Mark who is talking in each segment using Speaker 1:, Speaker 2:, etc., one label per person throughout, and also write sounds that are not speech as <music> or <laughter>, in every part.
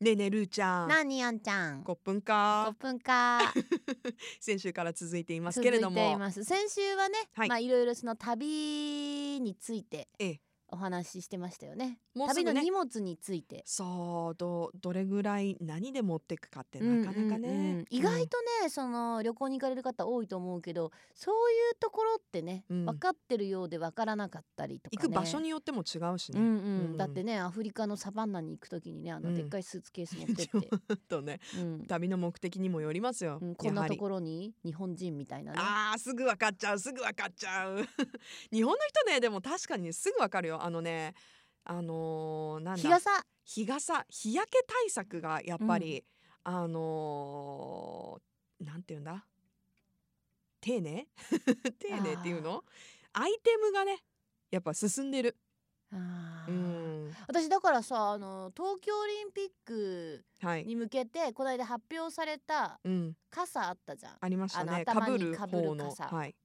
Speaker 1: ねえねえルーちゃん
Speaker 2: なあにあんちゃん
Speaker 1: 5分
Speaker 2: 5
Speaker 1: か
Speaker 2: 分か
Speaker 1: 先週から続いてい <laughs> ます
Speaker 2: 続
Speaker 1: け
Speaker 2: い
Speaker 1: れど
Speaker 2: てい
Speaker 1: も
Speaker 2: ます先週はね、
Speaker 1: はい
Speaker 2: い、まあいろいろその旅について
Speaker 1: ええ
Speaker 2: お話ししてましたよね
Speaker 1: もうす
Speaker 2: 旅
Speaker 1: ぐ
Speaker 2: の
Speaker 1: ね
Speaker 2: 荷物について、
Speaker 1: そうどどれぐらい何で持ってくかって
Speaker 2: うん
Speaker 1: なかなかね、
Speaker 2: うんうん意外とねその旅行に行かれる方多いと思うけどそういうところってね、
Speaker 1: うん
Speaker 2: 分かってるようで分からなかったりと
Speaker 1: 行
Speaker 2: か、ね、
Speaker 1: く場所によっても違うし
Speaker 2: うん
Speaker 1: ね、
Speaker 2: うん
Speaker 1: うん
Speaker 2: だってねアフリカのサバンナに行くときにねあ
Speaker 1: う
Speaker 2: の
Speaker 1: ん
Speaker 2: でっかいスーツケース
Speaker 1: <laughs>
Speaker 2: 持ってって、
Speaker 1: とね
Speaker 2: うん
Speaker 1: 旅の目的にもよりますよ、
Speaker 2: うんこん
Speaker 1: や
Speaker 2: な
Speaker 1: は
Speaker 2: と
Speaker 1: り
Speaker 2: ころに日本人みたいなね
Speaker 1: あーすぐ分かっちゃうすぐ分かっちゃう <laughs> 日本の人ねでも確かにねすぐ分かるよあのねあのー、なんだ
Speaker 2: 日傘
Speaker 1: 日傘日焼け対策がやっぱり、あのーなんていうんだ丁寧 <laughs> 丁寧っていうのアイテムがねやっぱ進んでる
Speaker 2: あ
Speaker 1: う
Speaker 2: ー
Speaker 1: ん
Speaker 2: 私だからさあの東京オリンピック
Speaker 1: はい
Speaker 2: に向けてこの間発表された
Speaker 1: うん
Speaker 2: 傘あったじゃん
Speaker 1: ありましたね
Speaker 2: あの
Speaker 1: か
Speaker 2: 頭
Speaker 1: ぶ
Speaker 2: に
Speaker 1: る
Speaker 2: かぶる
Speaker 1: 方の
Speaker 2: 傘
Speaker 1: はい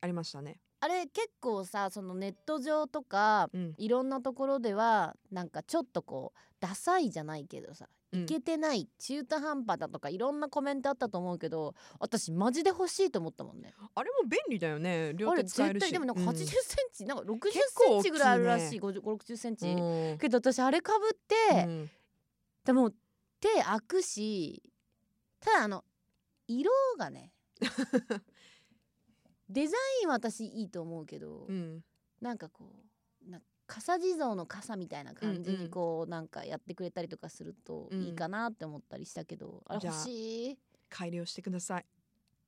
Speaker 1: ありましたね
Speaker 2: あれ結構さそのネット上とか
Speaker 1: うん
Speaker 2: いろんなところではなんかちょっとこうダサいじゃないけどさ
Speaker 1: うん
Speaker 2: いけてない中途半端だとかいろんなコメントあったと思うけど私マジで欲しいと思ったもんね
Speaker 1: あれも便利だよね両
Speaker 2: あれ
Speaker 1: 手使え
Speaker 2: 絶
Speaker 1: るし
Speaker 2: 対でもなんか
Speaker 1: う
Speaker 2: 80センチ、なんか60セ
Speaker 1: 結構
Speaker 2: ン
Speaker 1: 大き
Speaker 2: チ
Speaker 1: いね
Speaker 2: ぐらいあるらしい50 60センチ、
Speaker 1: うん
Speaker 2: けど私あれかぶって、
Speaker 1: うん
Speaker 2: でも手開くしただあの色
Speaker 1: <laughs>
Speaker 2: がねデザインは私いいと思うけど、
Speaker 1: うん
Speaker 2: なんかこうなんか傘地蔵の傘みたいな感
Speaker 1: う
Speaker 2: じ
Speaker 1: んう
Speaker 2: に
Speaker 1: ん
Speaker 2: こう、なんかやってくれたりとかすると
Speaker 1: うん
Speaker 2: いいかなって思ったりしたけど、あれ
Speaker 1: じゃあ
Speaker 2: 欲しいい
Speaker 1: 改良してください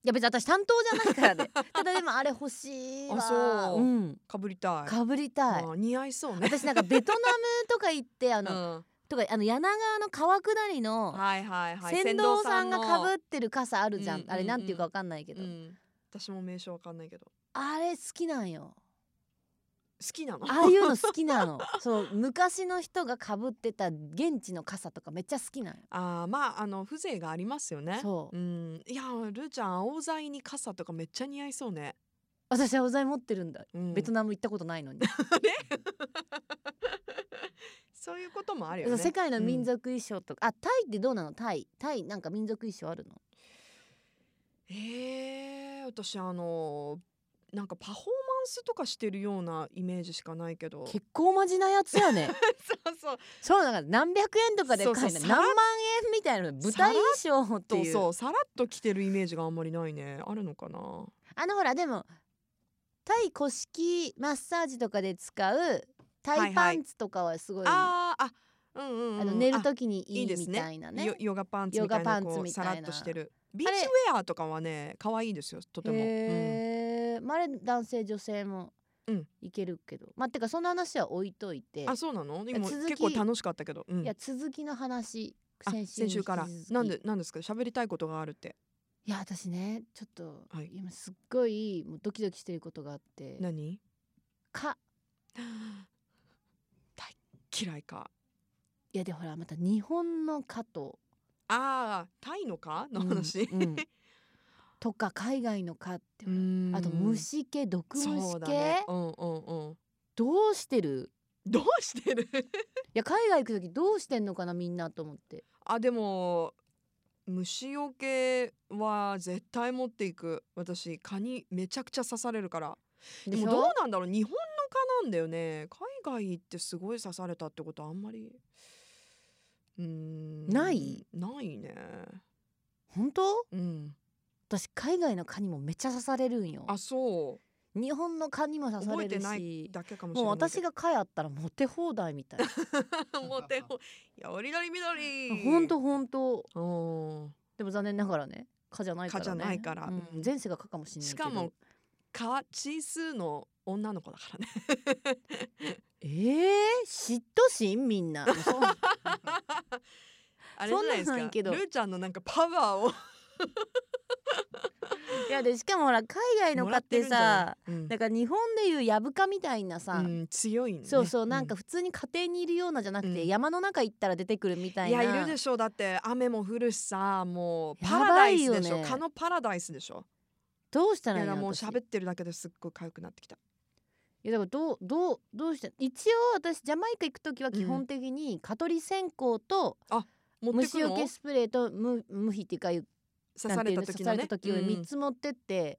Speaker 2: や別に私担当じゃないからねただでもあれ欲しいわ、
Speaker 1: あそうんかぶりたい
Speaker 2: かぶりたい
Speaker 1: あー似合いそうね
Speaker 2: 私なんかベトナムとか行って
Speaker 1: <laughs>
Speaker 2: あ
Speaker 1: う
Speaker 2: の、
Speaker 1: ん
Speaker 2: とかあの柳川の川下りの、
Speaker 1: はいはいはい
Speaker 2: 船頭さんがかぶ
Speaker 1: っ
Speaker 2: ってる傘あるじゃん、
Speaker 1: うん
Speaker 2: あれなんていうか
Speaker 1: うん
Speaker 2: わかんないけど、
Speaker 1: うん、私も名称わかんないけど
Speaker 2: あれ好きなん
Speaker 1: <laughs>
Speaker 2: よ
Speaker 1: 好きなの
Speaker 2: ああいうの好きなのそう昔の人がかぶってた現地の傘とかめっちゃ好きなんよ
Speaker 1: あーまああの風情がありますよね
Speaker 2: そう
Speaker 1: うんいやルーちゃん青材に傘とかめっちゃ似合いそうね、
Speaker 2: 私はお材持ってるんだ、
Speaker 1: うん、
Speaker 2: ベトナム行ったことないのに、
Speaker 1: そういうこともあるよね
Speaker 2: そう世界の民、族衣装とか、あタイってどうなのタイタイなんか民族衣装あるの
Speaker 1: うんえー、私あのなんかパフォーマンスとかしてるようなイメージしかないけど
Speaker 2: 結構マジなやつやね
Speaker 1: <laughs> そうそう
Speaker 2: <laughs> そうなんか何百円とかで買え
Speaker 1: そう
Speaker 2: ない
Speaker 1: そう
Speaker 2: 何万円みたいな舞台衣装って
Speaker 1: そ
Speaker 2: いうう
Speaker 1: そうさらっと着てるイメージがあんまりないねあるのかな
Speaker 2: あのほらでもタイ古式マッサージとかで使うタイパンツとかはすごい、
Speaker 1: あーあうんうん、うん、
Speaker 2: あの寝る
Speaker 1: あ
Speaker 2: 時に
Speaker 1: い
Speaker 2: い
Speaker 1: い
Speaker 2: い
Speaker 1: です
Speaker 2: み
Speaker 1: ね
Speaker 2: たいなね
Speaker 1: ヨヨガパンツみたい
Speaker 2: ヨガパ
Speaker 1: な
Speaker 2: ンツ
Speaker 1: こう
Speaker 2: みた
Speaker 1: さら
Speaker 2: いな
Speaker 1: っとしてるビー
Speaker 2: あれ
Speaker 1: チウェアとかはね可愛いですよとても、うん
Speaker 2: へえ、まあ、あれ男性女性も
Speaker 1: うん
Speaker 2: いけるけど、まあてかそんな話は置いといて
Speaker 1: あそうなのでも
Speaker 2: 続き
Speaker 1: 結構楽しかったけど、うん
Speaker 2: いや続きの話
Speaker 1: あ
Speaker 2: 先週に
Speaker 1: 先週から
Speaker 2: 引き続き
Speaker 1: なんでなんですか喋りたいことがあるって
Speaker 2: いや私ねちょっと、
Speaker 1: はい
Speaker 2: 今すっごいもうドキドキしてることがあって
Speaker 1: 何
Speaker 2: か
Speaker 1: 大嫌いか
Speaker 2: いやでほらまた日本の蚊と
Speaker 1: あータイのかの話、
Speaker 2: うんうんとか海外の蚊ってほら
Speaker 1: うん
Speaker 2: あと虫系毒虫系、
Speaker 1: そうだねうんうんうん
Speaker 2: どうしてる
Speaker 1: どうしてる <laughs>
Speaker 2: いや海外行く時どうしてんのかなみんなと思って
Speaker 1: あでも虫よけは絶対持っていく私蚊にめちゃくちゃ刺されるからでもどうなんだろう日本の蚊なんだよね海外行ってすごい刺されたってことあんまりうーん
Speaker 2: ない
Speaker 1: ないね
Speaker 2: 本当
Speaker 1: うん
Speaker 2: 私海外の蚊にもめっちゃ刺されるんよ
Speaker 1: あそう
Speaker 2: 日本の蚊にも刺され
Speaker 1: 覚えて
Speaker 2: る
Speaker 1: な
Speaker 2: し
Speaker 1: だけかもしれ
Speaker 2: もう
Speaker 1: ない
Speaker 2: 私
Speaker 1: けど
Speaker 2: が蚊やったらモテ放題みたいな
Speaker 1: <laughs> もう手をいやおりどりみどり
Speaker 2: 本当本当
Speaker 1: うん
Speaker 2: でも残念ながらね蚊じゃないか
Speaker 1: 蚊
Speaker 2: らね
Speaker 1: じゃないから
Speaker 2: うん
Speaker 1: うん
Speaker 2: 前世が蚊かもしれない
Speaker 1: し
Speaker 2: け
Speaker 1: か
Speaker 2: ど
Speaker 1: も蚊チ数の女の子だからね
Speaker 2: えー、嫉妬心み
Speaker 1: <laughs>
Speaker 2: んなそう
Speaker 1: あれじゃないです
Speaker 2: そん
Speaker 1: か
Speaker 2: なんけど
Speaker 1: ルーちゃんのなんかパワー
Speaker 2: <laughs>
Speaker 1: を
Speaker 2: いやでしかもほら海外の
Speaker 1: も
Speaker 2: 蚊
Speaker 1: ら
Speaker 2: っ
Speaker 1: って
Speaker 2: て
Speaker 1: るんじゃ
Speaker 2: さ
Speaker 1: ないうん
Speaker 2: なんか日本でいうヤブ蚊みたいなさ、
Speaker 1: うん強いね
Speaker 2: そうそうなんか普通に家庭にいるようなじゃなくて、
Speaker 1: うん
Speaker 2: 山の中行ったら出てくるみたい
Speaker 1: い
Speaker 2: な
Speaker 1: やいるでしょだって雨も降るしさもう
Speaker 2: や
Speaker 1: パラダ
Speaker 2: ば
Speaker 1: イ
Speaker 2: い
Speaker 1: ス
Speaker 2: よね
Speaker 1: でしょ、蚊のパラダイスでしょ
Speaker 2: どうし
Speaker 1: い
Speaker 2: たらいい
Speaker 1: や
Speaker 2: の
Speaker 1: もう
Speaker 2: 私
Speaker 1: 喋ってるだけですっごい痒くなってきた
Speaker 2: いやだからどうどうどうして一応私ジャマイカ行く時は基本的に蚊取り線香と
Speaker 1: 持ってく
Speaker 2: 虫
Speaker 1: の
Speaker 2: 除けスプレーと無無比っていうかいう
Speaker 1: 刺さ
Speaker 2: なんて
Speaker 1: れ
Speaker 2: いう
Speaker 1: た
Speaker 2: の
Speaker 1: 時
Speaker 2: 刺
Speaker 1: の
Speaker 2: さ
Speaker 1: ね
Speaker 2: れた時を3
Speaker 1: うん
Speaker 2: つ持ってって、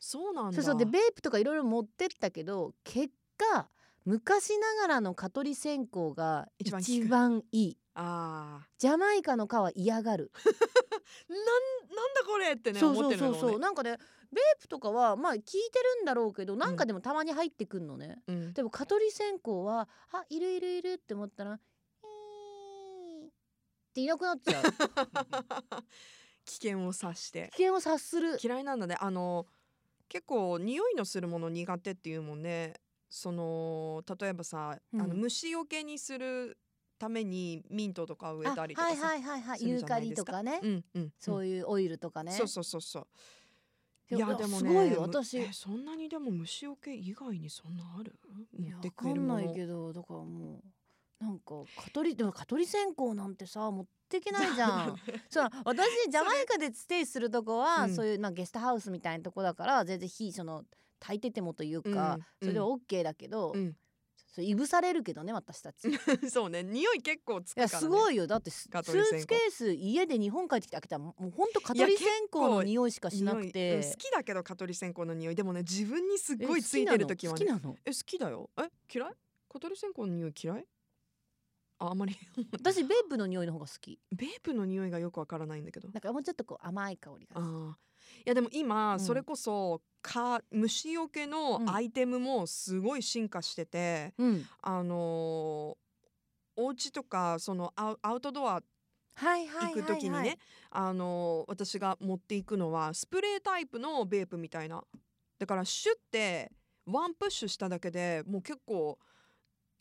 Speaker 1: そうなんだ
Speaker 2: そうそうでベープとかいろいろ持ってったけど結果昔ながらの蚊取り線香が
Speaker 1: 一番効く
Speaker 2: 一番いい
Speaker 1: あ
Speaker 2: ジャマイカの蚊は嫌がる、
Speaker 1: ーなんなんだこれってね
Speaker 2: そう
Speaker 1: 思
Speaker 2: そ
Speaker 1: ってる
Speaker 2: う
Speaker 1: の
Speaker 2: そうそう、
Speaker 1: ね
Speaker 2: なんかねベープとかはまあ効いてるんだろうけどなんかでもたまに入ってくんのね、
Speaker 1: うん
Speaker 2: でも蚊取り線香は「あいるいるいる」って思ったら「えー」っていなくなっ
Speaker 1: <laughs>
Speaker 2: ちゃう
Speaker 1: 危険を察して
Speaker 2: 危険を察する
Speaker 1: 嫌いなんだねあの結構匂いのするもの苦手っていうもんねその例えばさ、
Speaker 2: うん
Speaker 1: あの虫よけにするためにミントとか植えたりと
Speaker 2: あ
Speaker 1: か
Speaker 2: は
Speaker 1: さ
Speaker 2: いはいはいはい
Speaker 1: する
Speaker 2: ユ
Speaker 1: じ
Speaker 2: ー
Speaker 1: ゃな
Speaker 2: カ
Speaker 1: い
Speaker 2: リ
Speaker 1: です
Speaker 2: と
Speaker 1: か
Speaker 2: かね、
Speaker 1: うんうん
Speaker 2: そういうオイルとかね、
Speaker 1: そうそうそうそうい
Speaker 2: いや
Speaker 1: やでもね
Speaker 2: すごい
Speaker 1: む
Speaker 2: よ私
Speaker 1: えそんなにでも虫よけ以外にそんなある持ってく
Speaker 2: わ
Speaker 1: れ
Speaker 2: か
Speaker 1: る
Speaker 2: ん
Speaker 1: も
Speaker 2: な
Speaker 1: の
Speaker 2: いけどだからもうなんか蚊取りでも蚊取り線香なんてさ持ってけないじゃ
Speaker 1: <laughs>
Speaker 2: んそう私ジャマイカでステイするとこは、
Speaker 1: うん
Speaker 2: そういうまあゲストハウスみたいなとこだから全然火その炊いててもというか、それで OK だけど、
Speaker 1: うん
Speaker 2: それいぶされるけどね私
Speaker 1: <laughs>
Speaker 2: たち
Speaker 1: <laughs> そうね匂い結構つくか
Speaker 2: い
Speaker 1: ら、
Speaker 2: や
Speaker 1: ね、
Speaker 2: すごいよだってスス
Speaker 1: 蚊取り線香
Speaker 2: ーツケース家で日本帰ってきて開けたらもうほんと蚊取り線香の匂いしかしなく
Speaker 1: 匂いう
Speaker 2: て
Speaker 1: ん好きだけど蚊取り線香の匂いでもね自分にすっ
Speaker 2: え
Speaker 1: ごいついてる時はね
Speaker 2: 好きなの好
Speaker 1: え好きだよえ嫌い蚊取り線香の匂い嫌いああんまり <laughs>
Speaker 2: きなの私ベープの匂いの方が好き
Speaker 1: ベープの匂いがよくわからないんだけど
Speaker 2: なんかもうちょっとこう甘い香りが
Speaker 1: ああいやでも今、
Speaker 2: うん
Speaker 1: それこそ蚊虫よけの
Speaker 2: うん
Speaker 1: アイテムもすごい進化してて、
Speaker 2: うん
Speaker 1: あのーお家とかそのアウアウトドア
Speaker 2: はいはいはい
Speaker 1: 行
Speaker 2: はい
Speaker 1: く時にね、あのー私が持っていくのはスプレータイプのベープみたいなだからシュッてワンプッシュしただけでもう結構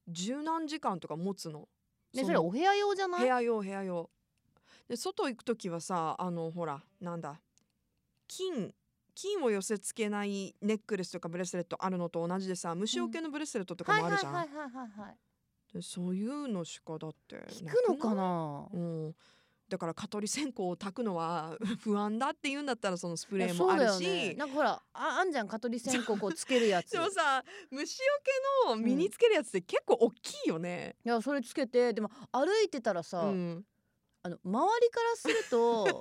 Speaker 1: 十何時間とか持つの。
Speaker 2: ね
Speaker 1: の
Speaker 2: それお部屋用じゃない
Speaker 1: 部屋用部屋用で外行く時はさあのほらなんだ金金を寄せつけないネックレスとかブレスレットあるのと同じでさ虫除けのブレスレットとかもあるじゃん、
Speaker 2: はいはいはいはいはいはい
Speaker 1: でそういうのしかだって
Speaker 2: 聞くのか
Speaker 1: な
Speaker 2: な
Speaker 1: くないうんだから蚊取り線香を炊くのは <laughs> 不安だって言うんだったらそのスプ
Speaker 2: い
Speaker 1: レ
Speaker 2: や
Speaker 1: ー
Speaker 2: そ
Speaker 1: もあ
Speaker 2: うだ
Speaker 1: る
Speaker 2: よ
Speaker 1: し、
Speaker 2: ねなんかほらああんじゃん蚊取り線香こうつけるや
Speaker 1: <laughs>
Speaker 2: つ
Speaker 1: でもさ虫除けの身につけるやつって結構大きいよね、
Speaker 2: いやそれつけてでも歩いてたら
Speaker 1: う
Speaker 2: さ、
Speaker 1: ん、
Speaker 2: あの周りからする
Speaker 1: <laughs>
Speaker 2: と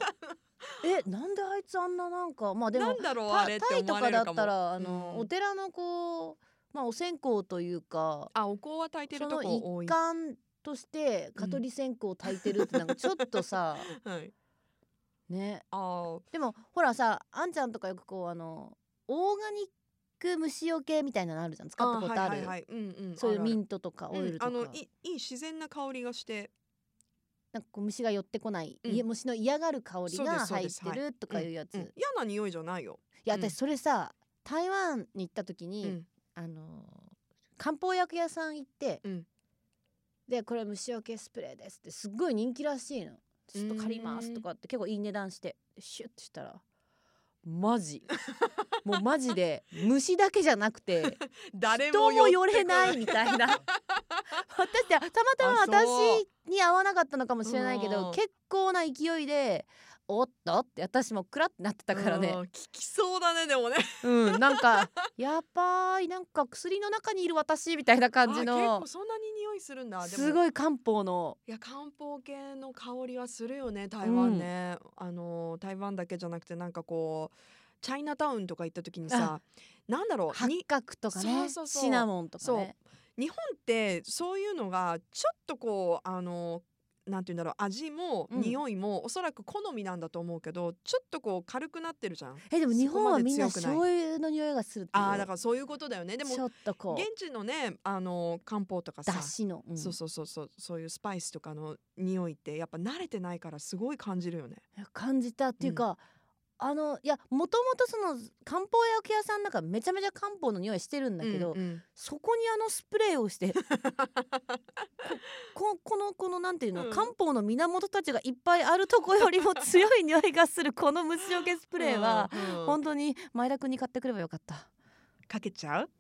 Speaker 2: えなんであいつあんななんかまあで
Speaker 1: な
Speaker 2: も
Speaker 1: んだろう
Speaker 2: タ
Speaker 1: あれって
Speaker 2: タイ
Speaker 1: 思
Speaker 2: と
Speaker 1: われ
Speaker 2: か
Speaker 1: る
Speaker 2: だ
Speaker 1: かも
Speaker 2: ったらあの、
Speaker 1: うん
Speaker 2: お寺のこうまあお線香というか
Speaker 1: あお香は炊いて
Speaker 2: そ
Speaker 1: ると
Speaker 2: の
Speaker 1: こ多
Speaker 2: 一
Speaker 1: い
Speaker 2: 環として蚊取り線香を焚いてるってなんかちょっ
Speaker 1: <laughs>
Speaker 2: とさ、
Speaker 1: はい
Speaker 2: ね
Speaker 1: あ
Speaker 2: でもほらさあんちゃんとかよくこうあのオーガニック虫除けみたいなのあるじゃん
Speaker 1: あ
Speaker 2: 使ったことあ
Speaker 1: は
Speaker 2: る、
Speaker 1: いはいはいうんうん、
Speaker 2: そういうミ
Speaker 1: ン
Speaker 2: ントとかオイルとか、
Speaker 1: あのいいいい自然な香りがして
Speaker 2: なんかこう虫が寄ってこない、
Speaker 1: うん
Speaker 2: いや虫の嫌がる香り
Speaker 1: そうで
Speaker 2: が
Speaker 1: すそう
Speaker 2: 入っ
Speaker 1: です
Speaker 2: てるとかいうやつ、
Speaker 1: うん
Speaker 2: い
Speaker 1: 嫌な匂いじゃないよ、
Speaker 2: や
Speaker 1: うん
Speaker 2: 私それさ台湾に行った時
Speaker 1: う
Speaker 2: に、
Speaker 1: ん、
Speaker 2: あのー漢方薬屋さん行って、
Speaker 1: うん
Speaker 2: でこれ虫除けスプレーですってすっごい人気らしいのちょっと借りま
Speaker 1: うー
Speaker 2: す
Speaker 1: ん
Speaker 2: とかって結構いい値段してシュッてしたらマジもうマジ
Speaker 1: <laughs>
Speaker 2: で虫だけじゃなくて
Speaker 1: 誰
Speaker 2: 人
Speaker 1: も
Speaker 2: も
Speaker 1: 寄
Speaker 2: 寄
Speaker 1: って
Speaker 2: れない
Speaker 1: こ
Speaker 2: みたいな私ってたまたま
Speaker 1: あ
Speaker 2: <laughs> 私
Speaker 1: そう
Speaker 2: に合わなかったのかもしれないけ
Speaker 1: うん
Speaker 2: ど結構な勢いで「おっと?」って私もクラってなってたからね
Speaker 1: うん聞きそうだねでもね
Speaker 2: うん、なんかやばいなんか薬の中にいる私みたいな感じ
Speaker 1: あ結
Speaker 2: の
Speaker 1: 構そんなに匂いするんだ
Speaker 2: す
Speaker 1: い
Speaker 2: ごい漢方の
Speaker 1: いや漢方系の香りはするよね台湾ね、あの台湾だけじゃなくてなんかこうチャイナタウンとか行った時にさなんだろう
Speaker 2: 八
Speaker 1: に
Speaker 2: 角とか
Speaker 1: そ
Speaker 2: ね
Speaker 1: うそうそう
Speaker 2: シナモンとか
Speaker 1: そう
Speaker 2: ね
Speaker 1: 日本ってそういうのがちょっとこうあのなんて言うんだろう味も
Speaker 2: うん
Speaker 1: 匂いもおそらく好みなんだと思うけど、ちょっとこう軽くなってるじゃん。
Speaker 2: えでも日本はみんな
Speaker 1: そこまで強くない
Speaker 2: 醤油の匂いがするっていう
Speaker 1: ああだからそういうことだよね。でも
Speaker 2: ちょっとこう
Speaker 1: 現地のねあの漢方とかさ
Speaker 2: だ、しの、うん
Speaker 1: そうそうそうそうそういうスパイスとかの匂いってやっぱ慣れてないからすごい感じるよね。
Speaker 2: 感じたっていうか、あのいやもともとその漢方薬屋さんなんかめちゃめちゃ漢方の匂いしてるんだけど、
Speaker 1: うんうん
Speaker 2: そこにあのスプレーをし
Speaker 1: <laughs>
Speaker 2: てこここのこのなんていうの、
Speaker 1: うん
Speaker 2: 漢方の源たちがいっぱいあるとこよりも強い匂いがするこの虫除けスプレーは、
Speaker 1: うんうん
Speaker 2: 本当に前田君に買ってくればよかった
Speaker 1: かけちゃう？